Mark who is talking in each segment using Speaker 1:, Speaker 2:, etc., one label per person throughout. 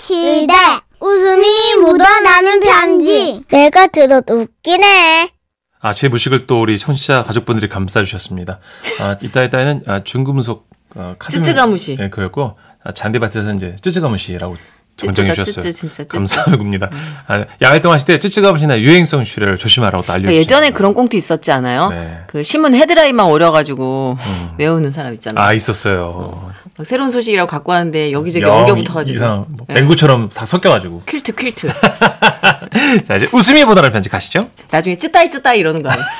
Speaker 1: 시대 웃음이 묻어나는 편지 내가 들어도 웃기네
Speaker 2: 아, 제 무식을 또 우리 청취자 가족분들이 감싸주셨습니다. 아, 이따 이따에는 아, 중금속 어, 카드.
Speaker 3: 쯔쯔가무시.
Speaker 2: 예, 그였고 아, 잔디밭에서 이제 쯔쯔가무시라고 정정해
Speaker 3: 쯔쯔가
Speaker 2: 주셨어요.
Speaker 3: 쯔쯔, 음. 진짜 쯔쯔.
Speaker 2: 감사합니다. 아, 야외 활동하실 때 쯔쯔가무시나 유행성 슈레를 조심하라고 또 알려주셨어요.
Speaker 3: 아, 그러니까 예전에 그런 꽁트 있었지 않아요?
Speaker 2: 네. 음.
Speaker 3: 그 신문 헤드라인만 오려가지고 외우는 사람 있잖아요.
Speaker 2: 아, 있었어요.
Speaker 3: 막 새로운 소식이라고 갖고 왔는데 여기저기
Speaker 2: 영
Speaker 3: 엉겨 붙어가지고
Speaker 2: 이상, 뭐 뱅구처럼 다 섞여가지고.
Speaker 3: 퀼트 퀼트
Speaker 2: 자, 이제 웃음이 보다를 편지 가시죠.
Speaker 3: 나중에 쯔따이 쯔따이 이러는 거 아니에요?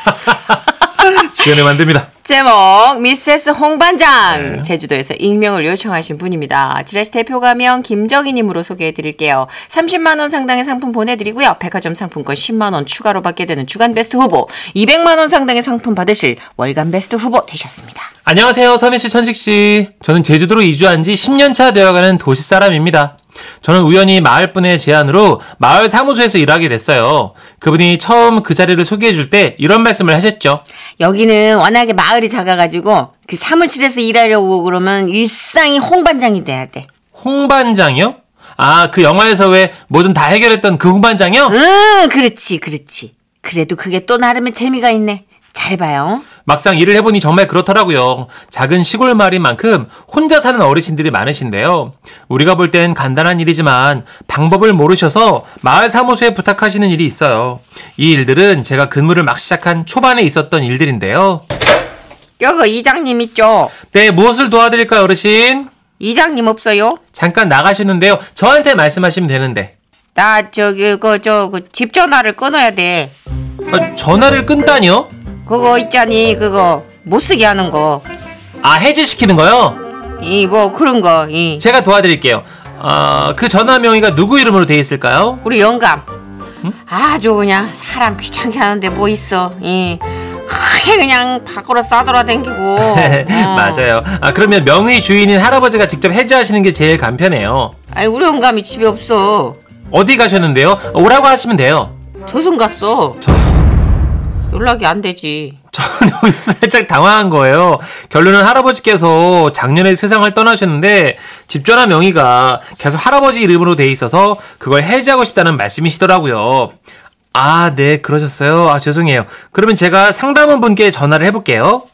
Speaker 2: 시연을 만듭니다.
Speaker 3: 제목 미세스 홍반장
Speaker 2: 네.
Speaker 3: 제주도에서 익명을 요청하신 분입니다. 지라시 대표 가명 김정희님으로 소개해드릴게요. 30만 원 상당의 상품 보내드리고요. 백화점 상품권 10만 원 추가로 받게 되는 주간 베스트 후보, 200만 원 상당의 상품 받으실 월간 베스트 후보 되셨습니다.
Speaker 2: 안녕하세요, 선희 씨, 천식 씨. 저는 제주도로 이주한 지 10년 차 되어가는 도시 사람입니다. 저는 우연히 마을 분의 제안으로 마을 사무소에서 일하게 됐어요. 그분이 처음 그 자리를 소개해 줄 때 이런 말씀을 하셨죠.
Speaker 3: 여기는 워낙에 마을이 작아가지고 그 사무실에서 일하려고 그러면 일상이 홍반장이 돼야 돼.
Speaker 2: 홍반장이요? 아, 그 영화에서 왜 뭐든 다 해결했던 그 홍반장이요?
Speaker 3: 응, 그렇지, 그렇지. 그래도 그게 또 나름의 재미가 있네. 잘해봐요.
Speaker 2: 막상 일을 해보니 정말 그렇더라고요. 작은 시골 마을인 만큼 혼자 사는 어르신들이 많으신데요. 우리가 볼 땐 간단한 일이지만 방법을 모르셔서 마을 사무소에 부탁하시는 일이 있어요. 이 일들은 제가 근무를 막 시작한 초반에 있었던 일들인데요.
Speaker 3: 여거 이장님 있죠?
Speaker 2: 네, 무엇을 도와드릴까요, 어르신?
Speaker 3: 이장님 없어요?
Speaker 2: 잠깐 나가셨는데요. 저한테 말씀하시면 되는데.
Speaker 3: 나 저기 그저집 전화를 끊어야 돼.
Speaker 2: 아, 전화를 끈다니요?
Speaker 3: 그거 있잖니 그거 못 쓰게 하는 거.
Speaker 2: 아, 해지시키는 거요?
Speaker 3: 이 뭐 그런 거. 이
Speaker 2: 제가 도와드릴게요. 아, 그 전화 명의가 누구 이름으로 돼 있을까요?
Speaker 3: 우리 영감. 아주 그냥 사람 귀찮게 하는데 뭐 있어. 이 크게 그냥 밖으로 싸돌아댕기고. 어.
Speaker 2: 네, 맞아요. 아, 그러면 명의 주인인 할아버지가 직접 해지하시는 게 제일 간편해요.
Speaker 3: 아니 우리 영감이 집에 없어.
Speaker 2: 어디 가셨는데요? 오라고 하시면 돼요.
Speaker 3: 저승 갔어. 연락이 안 되지.
Speaker 2: 저는 여기서 살짝 당황한 거예요. 결론은 할아버지께서 작년에 세상을 떠나셨는데 집전화 명의가 계속 할아버지 이름으로 돼 있어서 그걸 해지하고 싶다는 말씀이시더라고요. 아, 네, 그러셨어요. 아, 죄송해요. 그러면 제가 상담원 분께 전화를 해볼게요.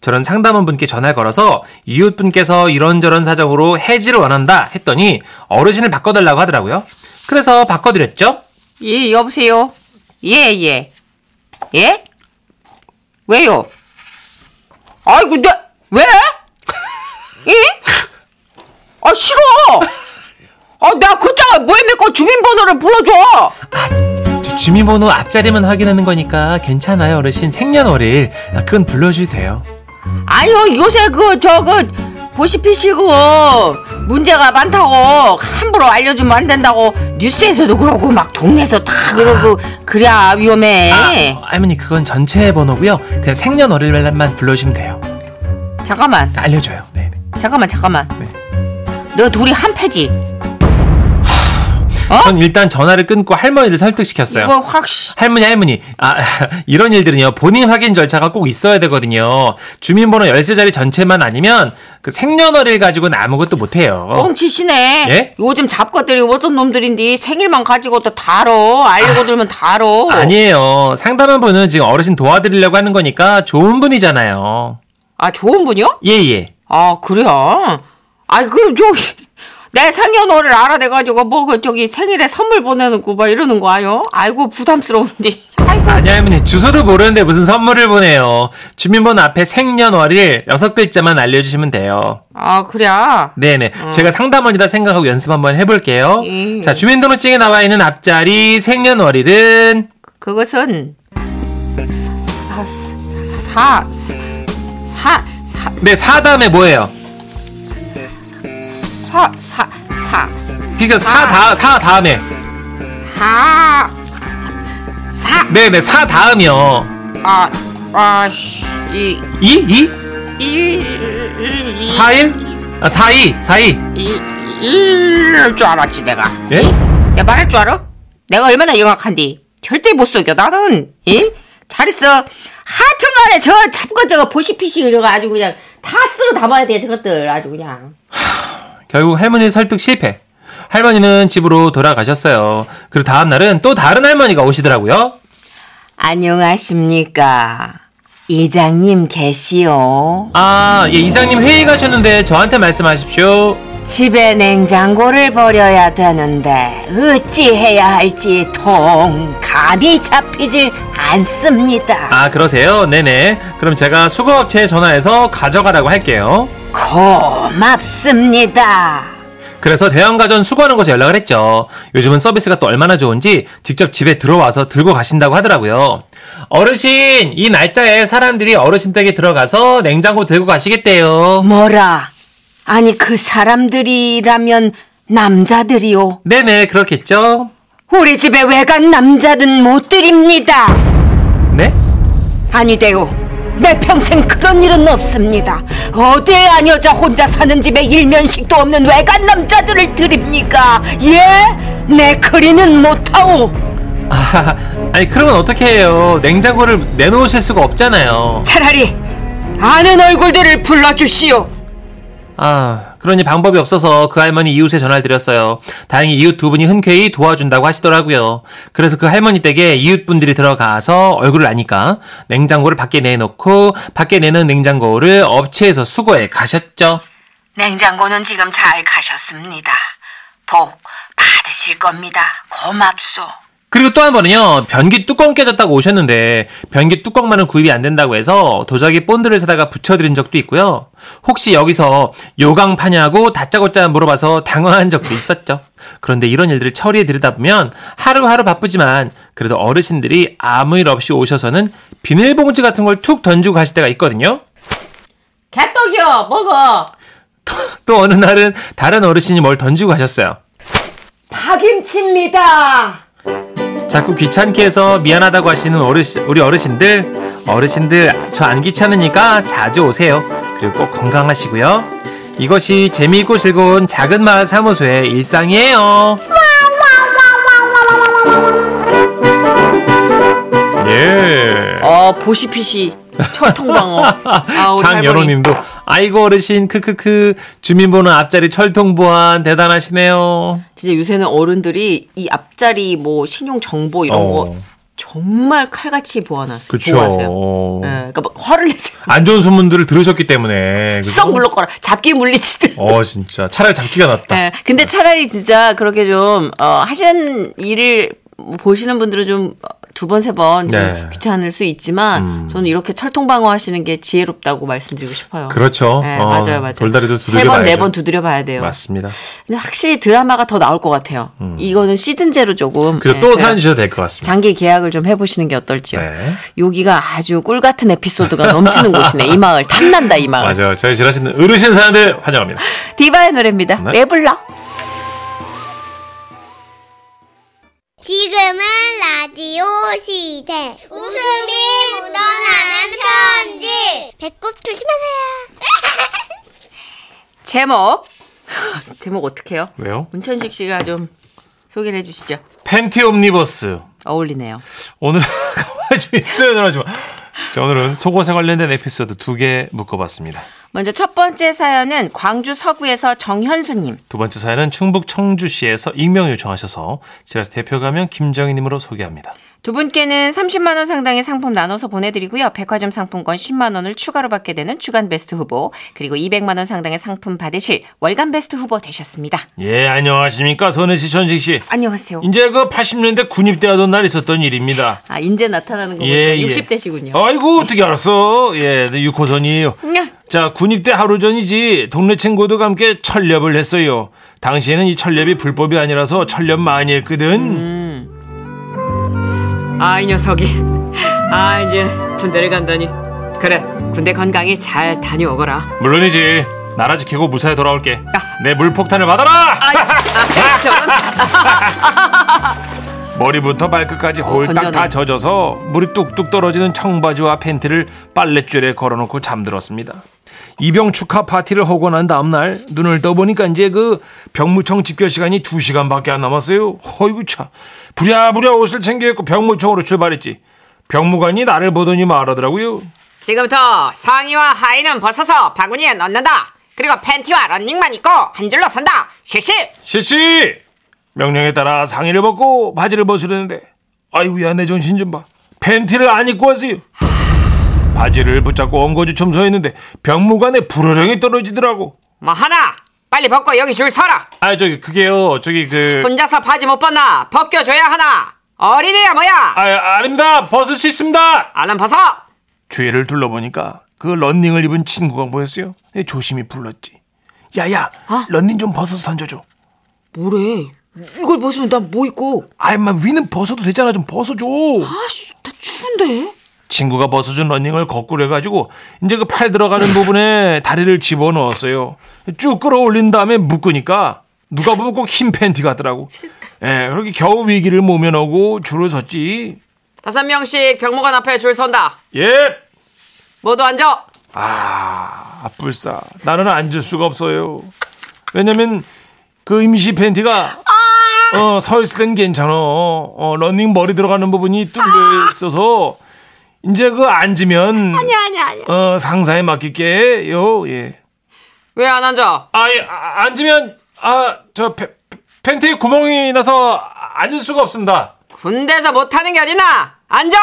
Speaker 2: 저는 상담원 분께 전화를 걸어서 이웃 분께서 이런저런 사정으로 해지를 원한다 했더니 어르신을 바꿔달라고 하더라고요. 그래서 바꿔드렸죠.
Speaker 3: 예 여보세요. 예 예. 예? 왜요? 아이고 내 왜? 예? 아 싫어. 아나 그장을 뭐에 믿고 주민번호를 불러줘.
Speaker 2: 주- 주민번호 앞자리만 확인하는 거니까 괜찮아요 어르신 생년월일 아, 그건 불러주셔도 돼요
Speaker 3: 아유 요새 그 저거 보시피시고 문제가 많다고 함부로 알려주면 안 된다고 뉴스에서도 그러고 막 동네에서 다 그러고 그래야 위험해.
Speaker 2: 아, 어, 할머니 그건 전체 번호고요 그냥 생년월일만 불러주시면 돼요
Speaker 3: 잠깐만
Speaker 2: 알려줘요 네, 네.
Speaker 3: 잠깐만 잠깐만.
Speaker 2: 네.
Speaker 3: 너 둘이 한 패지.
Speaker 2: 전 일단 전화를 끊고 할머니를 설득시켰어요
Speaker 3: 어? 이거 확 씨.
Speaker 2: 할머니 할머니 아 이런 일들은요 본인 확인 절차가 꼭 있어야 되거든요 주민번호 열세 자리 전체만 아니면 그 생년월일 가지고는 아무것도 못해요
Speaker 3: 어, 뻥치시네.
Speaker 2: 예?
Speaker 3: 요즘 잡것들이 어떤 놈들인데 생일만 가지고 또 다뤄. 알려고 들면 다뤄.
Speaker 2: 아니에요 상담한 분은 지금 어르신 도와드리려고 하는 거니까 좋은 분이잖아요
Speaker 3: 아, 좋은 분이요?
Speaker 2: 예 예.
Speaker 3: 아, 그래요? 아, 그럼 저, 내 생년월일 알아내가지고 뭐, 그, 저기 생일에 선물 보내는 구봐 이러는 거 아요? 아이고, 부담스러운데. 아이고.
Speaker 2: 아니 할머니 주소도 모르는데 무슨 선물을 보내요 주민번호 앞에 생년월일 여섯 글자만 알려주시면 돼요
Speaker 3: 아, 그래.
Speaker 2: 네네 제가 상담원이다 생각하고 연습 한번 해볼게요
Speaker 3: 예.
Speaker 2: 자 주민등록증에 나와 있는 앞자리 생년월일은
Speaker 3: 그것은, 사, 사, 사, 사, 사, 사,
Speaker 2: 네 사담에 뭐예요
Speaker 3: 사, 사, 사, 사,
Speaker 2: 그러니까 사다 사 다음에
Speaker 3: 사, 사,
Speaker 2: 네네 사 다음이요
Speaker 3: 아, 아, 씨, 이,
Speaker 2: 이이
Speaker 3: 일,
Speaker 2: 사일 아 사이 사이
Speaker 3: 이, 일일 줄 알았지 내가.
Speaker 2: 예?
Speaker 3: 야 말할 줄 알아? 내가 얼마나 영악한디. 절대 못 속여 나는. 예? 잘 있어. 하여튼간에 저 잡고 저거 보시피시 저거 아주 그냥 다 쓸어 담아야 돼 저것들 아주 그냥.
Speaker 2: 결국 할머니 설득 실패 할머니는 집으로 돌아가셨어요. 그리고 다음 날은 또 다른 할머니가 오시더라고요.
Speaker 3: 안녕하십니까. 이장님 계시오.
Speaker 2: 아, 예, 이장님 회의 가셨는데 저한테 말씀하십시오.
Speaker 3: 집에 냉장고를 버려야 되는데 어찌 해야 할지 통 감이 잡히질 않습니다.
Speaker 2: 아, 그러세요? 네네. 그럼 제가 수거업체에 전화해서 가져가라고 할게요.
Speaker 3: 고맙습니다.
Speaker 2: 그래서 대형가전 수거하는 곳에 연락을 했죠. 요즘은 서비스가 또 얼마나 좋은지 직접 집에 들어와서 들고 가신다고 하더라고요. 어르신, 이 날짜에 사람들이 어르신 댁에 들어가서 냉장고 들고 가시겠대요.
Speaker 3: 뭐라? 아니 그 사람들이라면 남자들이요.
Speaker 2: 네네, 그렇겠죠?
Speaker 3: 우리 집에 외간 남자든 못 드립니다.
Speaker 2: 네?
Speaker 3: 아니대요. 내 평생 그런 일은 없습니다. 어디에 안 여자 혼자 사는 집에 일면식도 없는 외간 남자들을 드립니까? 예? 내 그리는 못하오.
Speaker 2: 아, 아니, 그러면 어떻게 해요? 냉장고를 내놓으실 수가 없잖아요.
Speaker 3: 차라리 아는 얼굴들을 불러주시오.
Speaker 2: 아, 그러니 방법이 없어서 그 할머니 이웃에 전화를 드렸어요. 다행히 이웃 두 분이 흔쾌히 도와준다고 하시더라고요. 그래서 그 할머니 댁에 이웃분들이 들어가서 얼굴을 아니까 냉장고를 밖에 내놓고 밖에 내는 냉장고를 업체에서 수거해 가셨죠.
Speaker 4: 냉장고는 지금 잘 가셨습니다. 복 받으실 겁니다. 고맙소.
Speaker 2: 그리고 또 한 번은요, 변기 뚜껑 깨졌다고 오셨는데, 변기 뚜껑만은 구입이 안 된다고 해서 도자기 본드를 사다가 붙여드린 적도 있고요. 혹시 여기서 요강 파냐고 다짜고짜 물어봐서 당황한 적도 있었죠. 그런데 이런 일들을 처리해드리다 보면 하루하루 바쁘지만, 그래도 어르신들이 아무 일 없이 오셔서는 비닐봉지 같은 걸 툭 던지고 가실 때가 있거든요.
Speaker 3: 개떡이요, 먹어.
Speaker 2: 또 어느 날은 다른 어르신이 뭘 던지고 가셨어요.
Speaker 3: 파김치입니다.
Speaker 2: 자꾸 귀찮게 해서 미안하다고 하시는 어르신, 우리 어르신들, 어르신들, 저 안 귀찮으니까 자주 오세요. 그리고 꼭 건강하시고요. 이것이 재미있고 즐거운 작은 마을 사무소의 일상이에요. 예.
Speaker 3: 어, 보시피시 철통방어. 아, 우리 할머니.
Speaker 2: 장여로님도 아이고 어르신 크크크 주민번호 앞자리 철통 보안 대단하시네요.
Speaker 3: 진짜 요새는 어른들이 이 앞자리 뭐 신용 정보 이런
Speaker 2: 어.
Speaker 3: 거 정말 칼같이 보호하세요. 보호하세요.
Speaker 2: 그렇죠.
Speaker 3: 예, 그러니까 막 화를 내세요.
Speaker 2: 안 좋은 소문들을 들으셨기 때문에 그죠?
Speaker 3: 썩 물러거라. 잡기 물리치듯.
Speaker 2: 어 진짜 차라리 잡기가 낫다.
Speaker 3: 예, 근데 차라리 진짜 그렇게 좀 어, 하시는 일을 뭐 보시는 분들은 좀 어, 두 번 세 번 좀
Speaker 2: 네. 음.
Speaker 3: 귀찮을 수 있지만 저는 이렇게 철통방어 하시는 게 지혜롭다고 말씀드리고 싶어요.
Speaker 2: 그렇죠.
Speaker 3: 예,
Speaker 2: 어,
Speaker 3: 맞아요, 맞아요.
Speaker 2: 돌다리도
Speaker 3: 세 번,
Speaker 2: 두드려봐야죠.
Speaker 3: 네 번 두드려 봐야 돼요.
Speaker 2: 맞습니다. 음.
Speaker 3: 근데 확실히 드라마가 더 나올 것 같아요. 이거는 시즌제로 조금
Speaker 2: 그래서
Speaker 3: 예,
Speaker 2: 또
Speaker 3: 제가
Speaker 2: 사연 주셔도 될 것 같습니다.
Speaker 3: 장기 계약을 좀 해보시는 게 어떨지요.
Speaker 2: 네.
Speaker 3: 여기가 아주 꿀 같은 에피소드가 넘치는 곳이네. 이 마을 탐난다 이 마을.
Speaker 2: 맞아요. 저희 지라시는 어르신 사연들 환영합니다.
Speaker 3: 디바의 노래입니다.
Speaker 2: 네.
Speaker 3: 왜 불러?
Speaker 1: 지금은 라디오 시대. 웃음이 묻어나는 편지. 배꼽 조심하세요.
Speaker 3: 제목 제목 어떻게요?
Speaker 2: 왜요?
Speaker 3: 문천식 씨가 좀 소개를 해주시죠.
Speaker 2: 팬티 옴니버스.
Speaker 3: 어울리네요.
Speaker 2: 오늘 가만히 좀 있어요, 전화 좀. 자, 오늘은 속옷에 관련된 에피소드 두 개 묶어봤습니다.
Speaker 3: 먼저 첫 번째 사연은 광주 서구에서 정현수님.
Speaker 2: 두 번째 사연은 충북 청주시에서 익명 요청하셔서 지라시 대표 가면 김정희님으로 소개합니다.
Speaker 3: 두 분께는 30만 원 상당의 상품 나눠서 보내드리고요. 백화점 상품권 10만 원을 추가로 받게 되는 주간 베스트 후보 그리고 200만 원 상당의 상품 받으실 월간 베스트 후보 되셨습니다.
Speaker 2: 예, 안녕하십니까. 선혜 씨, 천식 씨.
Speaker 3: 안녕하세요.
Speaker 2: 이제 그 80년대 군입대하던 날 있었던 일입니다.
Speaker 3: 아 인제 나타나는 거군요. 60대시군요.
Speaker 2: 아이고 예, 어떻게 알았어? 예, 네, 유코선이에요.
Speaker 3: 냐.
Speaker 2: 자, 군입대 하루 전이지 동네 친구들과 함께 철렵을 했어요. 당시에는 이 철렵이 불법이 아니라서 철렵 많이 했거든.
Speaker 3: 아, 이 녀석이. 아, 이제 군대를 간다니. 그래, 군대 건강히 잘 다녀오거라.
Speaker 2: 물론이지. 나라 지키고 무사히 돌아올게. 내 물폭탄을 받아라.
Speaker 3: 아, 아, 저건.
Speaker 2: 머리부터 발끝까지 홀딱 다
Speaker 3: 어, 건전해.
Speaker 2: 젖어서 물이 뚝뚝 떨어지는 청바지와 팬티를 빨랫줄에 걸어놓고 잠들었습니다. 이병 축하 파티를 하고 난 다음날 눈을 떠보니까 이제 그 병무청 집결 시간이 2시간밖에 안 남았어요. 허이구 차. 부랴부랴 옷을 챙겨 입고 병무청으로 출발했지. 병무관이 나를 보더니 말하더라고요.
Speaker 4: 지금부터 상의와 하의는 벗어서 바구니에 넣는다. 그리고 팬티와 런닝만 입고 한 줄로 선다. 실실.
Speaker 2: 실씨 명령에 따라 상의를 벗고 바지를 벗으려는데 아이고야 내 정신 좀 봐. 팬티를 안 입고 왔어요. 바지를 붙잡고 엉거주춤 서 있는데 병무관의 불호령이 떨어지더라고.
Speaker 4: 뭐 하나 빨리 벗고 여기 줄 서라
Speaker 2: 아 저기 그게요 저기 그
Speaker 4: 혼자서 바지 못 벗나 벗겨줘야 하나 어린애야 뭐야
Speaker 2: 아, 아닙니다 벗을 수 있습니다.
Speaker 4: 안 벗어
Speaker 2: 주위를 둘러보니까 그 런닝을 입은 친구가 보였어요. 네, 조심히 불렀지. 야야 런닝 좀 벗어서 던져줘.
Speaker 4: 뭐래 이걸 벗으면 난 뭐 입고
Speaker 2: 아이 마 위는 벗어도 되잖아 좀 벗어줘.
Speaker 4: 아씨 나 추운데
Speaker 2: 친구가 벗어준 러닝을 거꾸로 해가지고 이제 그 팔 들어가는 부분에 다리를 집어넣었어요. 쭉 끌어올린 다음에 묶으니까 누가 보면 꼭 흰 팬티 같더라고. 예, 그렇게 겨우 위기를 모면하고 줄을 섰지.
Speaker 4: 다섯 명씩 병무관 앞에 줄 선다
Speaker 2: 예.
Speaker 4: 모두 앉아
Speaker 2: 아, 아뿔싸. 나는 앉을 수가 없어요. 왜냐면 그 임시 팬티가 어, 서 있을 땐 괜찮아. 어, 러닝 머리 들어가는 부분이 뚫려 있어서 이제 그 앉으면
Speaker 4: 아니야 아니야
Speaker 2: 어, 상사에 맡길게요. 예.
Speaker 4: 왜 안 앉아
Speaker 2: 아, 예, 아, 앉으면 아, 저 팬- 팬티에 구멍이 나서 앉을 수가 없습니다.
Speaker 4: 군대에서 못하는 게 어딨나 앉아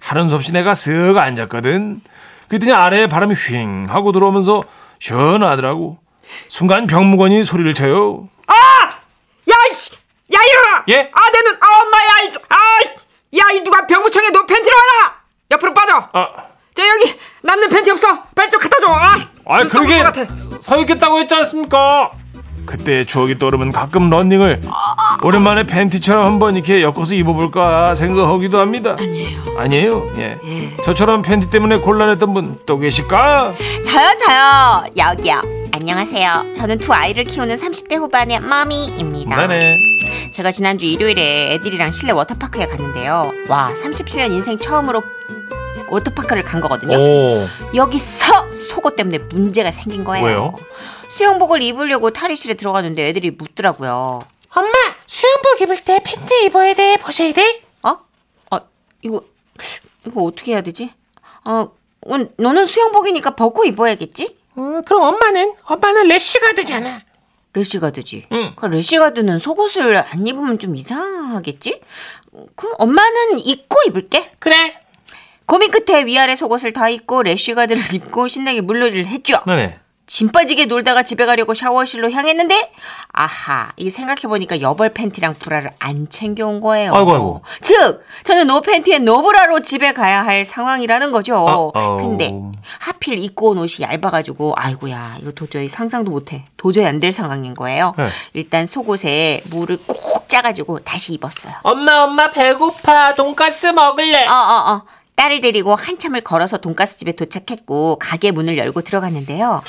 Speaker 2: 하는 수 없이 내가 쓱 앉았거든. 그랬더니 아래에 바람이 휘잉 하고 들어오면서 시원하더라고. 순간 병무관이 소리를 쳐요.
Speaker 4: 아! 야, 이씨! 야, 일어나!
Speaker 2: 예?
Speaker 4: 아, 내 눈! 아, 엄마야! 이 아! 이- 야, 이 누가 병무청에 너 팬티를 하나! 옆으로 빠져!
Speaker 2: 아,
Speaker 4: 저 여기 남는 팬티 없어! 빨리 좀 갖다 줘! 아!
Speaker 2: 아
Speaker 4: 눈썹
Speaker 2: 그러게
Speaker 4: 올 같아.
Speaker 2: 서 있겠다고 했지 않습니까? 그때의 추억이 떠오르면 가끔 런닝을 오랜만에 팬티처럼 한번 이렇게 엮어서 입어볼까 생각하기도 합니다. 아니에요. 아니에요. 예. 저처럼 팬티 때문에 곤란했던 분 또 계실까?
Speaker 3: 저요 저요 여기요 안녕하세요 저는 두 아이를 키우는 30대 후반의 마미입니다
Speaker 2: 나네.
Speaker 3: 제가 지난주 일요일에 애들이랑 실내 워터파크에 갔는데요 와 37년 인생 처음으로 워터파크를 간 거거든요
Speaker 2: 오.
Speaker 3: 여기서 속옷 때문에 문제가 생긴 거예요
Speaker 2: 왜요?
Speaker 3: 수영복을 입으려고 탈의실에 들어갔는데 애들이 묻더라고요
Speaker 5: 엄마 수영복 입을 때 팬티 입어야 돼 보셔야 돼
Speaker 3: 어? 어 이거 이거 어떻게 해야 되지? 어 응, 너는 수영복이니까 벗고 입어야겠지?
Speaker 5: 음, 그럼 엄마는 엄마는 래쉬가드잖아
Speaker 3: 래시가드지.
Speaker 2: 응.
Speaker 3: 그 래시가드는 속옷을 안 입으면 좀 이상하겠지? 그럼 엄마는 입고 입을게.
Speaker 5: 그래
Speaker 3: 고민 끝에 위아래 속옷을 다 입고 래시가드를 입고 신나게 물놀이를 했죠.
Speaker 2: 나네.
Speaker 3: 짐 빠지게 놀다가 집에 가려고 샤워실로 향했는데 아하 이 생각해보니까 여벌 팬티랑 브라를 안 챙겨온 거예요
Speaker 2: 아이고, 아이고.
Speaker 3: 즉 저는 노 팬티에 노 브라로 집에 가야 할 상황이라는 거죠
Speaker 2: 아, 아우.
Speaker 3: 근데 하필 입고 온 옷이 얇아가지고 아이고야 이거 도저히 상상도 못해 도저히 안 될 상황인 거예요
Speaker 2: 네.
Speaker 3: 일단 속옷에 물을 꼭 짜가지고 다시 입었어요
Speaker 5: 엄마 엄마 배고파 돈가스 먹을래
Speaker 3: 어, 어, 어. 딸을 데리고 한참을 걸어서 돈가스집에 도착했고 가게 문을 열고 들어갔는데요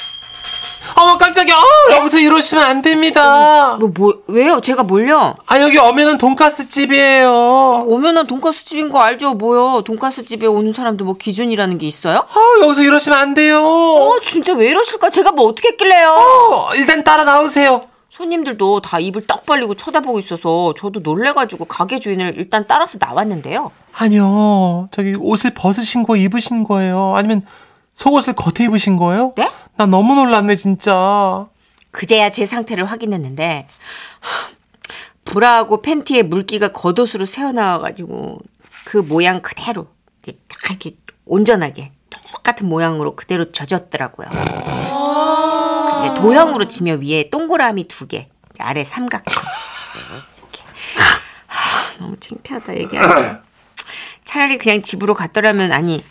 Speaker 2: 어머 깜짝이야. 어,
Speaker 5: 네?
Speaker 2: 여기서 이러시면 안 됩니다.
Speaker 5: 음.
Speaker 3: 뭐, 뭐 왜요 제가 뭘요
Speaker 2: 아 여기 어면은 돈가스 집이에요.
Speaker 3: 오면은 돈가스 집인 거 알죠? 뭐요? 돈가스 집에 오는 사람도 뭐 기준이라는 게 있어요?
Speaker 2: 어 여기서 이러시면 안 돼요.
Speaker 3: 어, 진짜 왜 이러실까? 제가 뭐 어떻게 했길래요?
Speaker 2: 어, 일단 따라 나오세요.
Speaker 3: 손님들도 다 입을 떡 벌리고 쳐다보고 있어서 저도 놀래가지고 가게 주인을 일단 따라서 나왔는데요.
Speaker 2: 아니요. 저기 옷을 벗으신 거 입으신 거예요. 아니면 속옷을 겉에 입으신 거예요?
Speaker 3: 네?
Speaker 2: 나 너무 놀랐네 진짜.
Speaker 3: 그제야 제 상태를 확인했는데 하, 브라하고 팬티에 물기가 겉옷으로 새어나와가지고 그 모양 그대로 이제 딱 이렇게 온전하게 똑같은 모양으로 그대로 젖었더라고요. 근데 도형으로 치면 위에 동그라미 두 개, 아래 삼각. 이렇게. 하, 너무 창피하다 얘기하면. 차라리 그냥 집으로 갔더라면 아니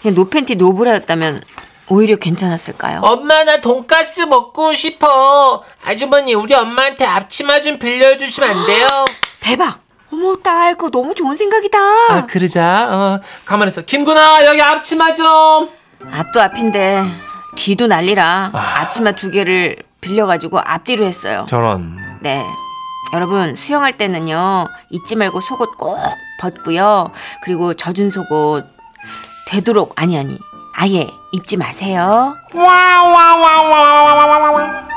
Speaker 3: 그냥 노팬티 노브라였다면 오히려 괜찮았을까요?
Speaker 5: 엄마 나 돈가스 먹고 싶어 아주머니 우리 엄마한테 앞치마 좀 빌려주시면 안 돼요
Speaker 3: 대박! 어머, 딸, 그거 너무 좋은 생각이다.
Speaker 2: 아, 그러자. 어, 가만히 있어. 김구나 여기 앞치마 좀.
Speaker 3: 그 앞도 앞인데, 뒤도 난리라 앞치마 두 개를 빌려가지고 앞뒤로 했어요.
Speaker 2: 아. 저런.
Speaker 3: 네. 여러분, 수영할 때는요, 잊지 말고 속옷 꼭 벗고요. 그리고 젖은 속옷, 되도록, 아니, 아니, 아예 입지 마세요.
Speaker 2: 와와와와와와와와.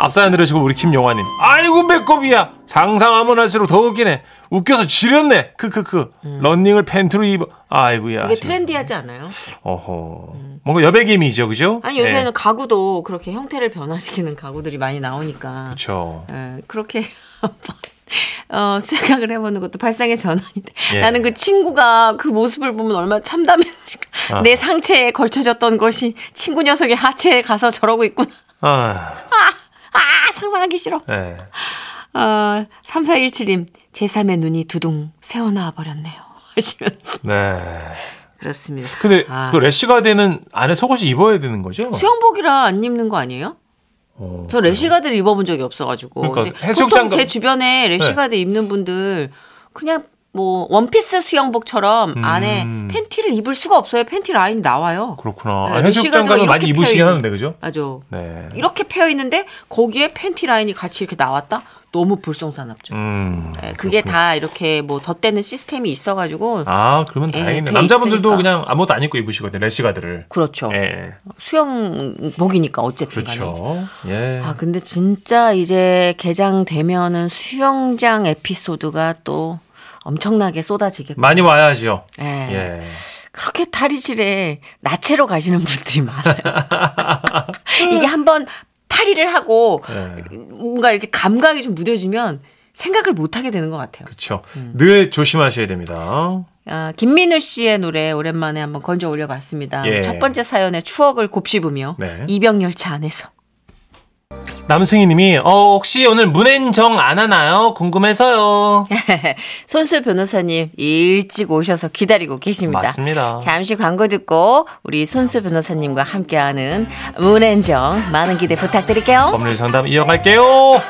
Speaker 2: 밥 사연 들으시고 우리 김용화님 아이고 배꼽이야 상상하면 할수록 더 웃기네 웃겨서 지렸네 크크크 런닝을 팬티로 입어 아이고야
Speaker 3: 음. 이게
Speaker 2: 지금.
Speaker 3: 트렌디하지 않아요?
Speaker 2: 어허 뭔가 여백 이미죠 그죠?
Speaker 3: 아니 요새는
Speaker 2: 네.
Speaker 3: 가구도 그렇게 형태를 변화시키는 가구들이 많이 나오니까
Speaker 2: 그렇죠
Speaker 3: 에, 예, 그렇게 한번 어, 생각을 해보는 것도 발상의 전환인데
Speaker 2: 예.
Speaker 3: 나는 그 친구가 그 모습을 보면 얼마나 참담했을까
Speaker 2: 아.
Speaker 3: 내 상체에 걸쳐졌던 것이 친구 녀석의 하체에 가서 저러고 있구나
Speaker 2: 아,
Speaker 3: 아 상상하기 싫어
Speaker 2: 네.
Speaker 3: 아, 3417님 제3의 눈이 두둥 새어나와 버렸네요 하시면서
Speaker 2: 네.
Speaker 3: 그렇습니다
Speaker 2: 근데
Speaker 3: 아.
Speaker 2: 그 래쉬가 되는 안에 속옷이 입어야 되는 거죠?
Speaker 3: 수영복이라 안 입는 거 아니에요?
Speaker 2: 어.
Speaker 3: 저 래시가드를 입어본 적이 없어가지고.
Speaker 2: 그러니까
Speaker 3: 근데
Speaker 2: 해수욕장 네.
Speaker 3: 보통 제
Speaker 2: 가-
Speaker 3: 주변에 래시가드 입는 분들 그냥 뭐 원피스 수영복처럼
Speaker 2: 음.
Speaker 3: 안에 팬티를 입을 수가 없어요. 팬티 라인 나와요.
Speaker 2: 그렇구나. 아,
Speaker 3: 네,
Speaker 2: 해수욕장
Speaker 3: 래쉬가드가
Speaker 2: 가면 많이
Speaker 3: 이렇게
Speaker 2: 입으시긴
Speaker 3: 펴있는-
Speaker 2: 하는데 그죠?
Speaker 3: 맞아.
Speaker 2: 네.
Speaker 3: 이렇게 패여 있는데 거기에 팬티 라인이 같이 이렇게 나왔다? 너무 불성사납죠.
Speaker 2: 음.
Speaker 3: 예, 그게 다 이렇게 뭐 덧대는 시스템이 있어가지고
Speaker 2: 아, 그러면
Speaker 3: 예,
Speaker 2: 다행이네.
Speaker 3: 돼
Speaker 2: 남자분들도
Speaker 3: 있으니까.
Speaker 2: 그냥 아무것도 안 입고 입으시거든요. 래쉬가드를.
Speaker 3: 그렇죠.
Speaker 2: 예.
Speaker 3: 수영복이니까 어쨌든 간에.
Speaker 2: 그렇죠. 예.
Speaker 3: 아 근데 진짜 이제 개장되면은 수영장 에피소드가 또 엄청나게 쏟아지겠고
Speaker 2: 많이 와야죠.
Speaker 3: 예.
Speaker 2: 예.
Speaker 3: 그렇게 탈의실에 나체로 가시는 분들이 많아요. 이게 한번 탈의를 하고
Speaker 2: 예.
Speaker 3: 뭔가 이렇게 감각이 좀 무뎌지면 생각을 못 하게 되는 것 같아요.
Speaker 2: 그렇죠.
Speaker 3: 음.
Speaker 2: 늘 조심하셔야 됩니다.
Speaker 3: 아, 김민우 씨의 노래 오랜만에 한번 건져 올려봤습니다.
Speaker 2: 예.
Speaker 3: 첫 번째 사연의 추억을 곱씹으며
Speaker 2: 네.
Speaker 3: 이병열차 안에서
Speaker 2: 남승희 님이 어, 혹시 오늘 문앤정 안 하나요? 궁금해서요.
Speaker 3: 네, 손수 변호사님 일찍 오셔서 기다리고 계십니다.
Speaker 2: 맞습니다.
Speaker 3: 잠시 광고 듣고 우리 손수 변호사님과 함께하는 문앤정 많은 기대 부탁드릴게요.
Speaker 2: 법률 상담 이어갈게요.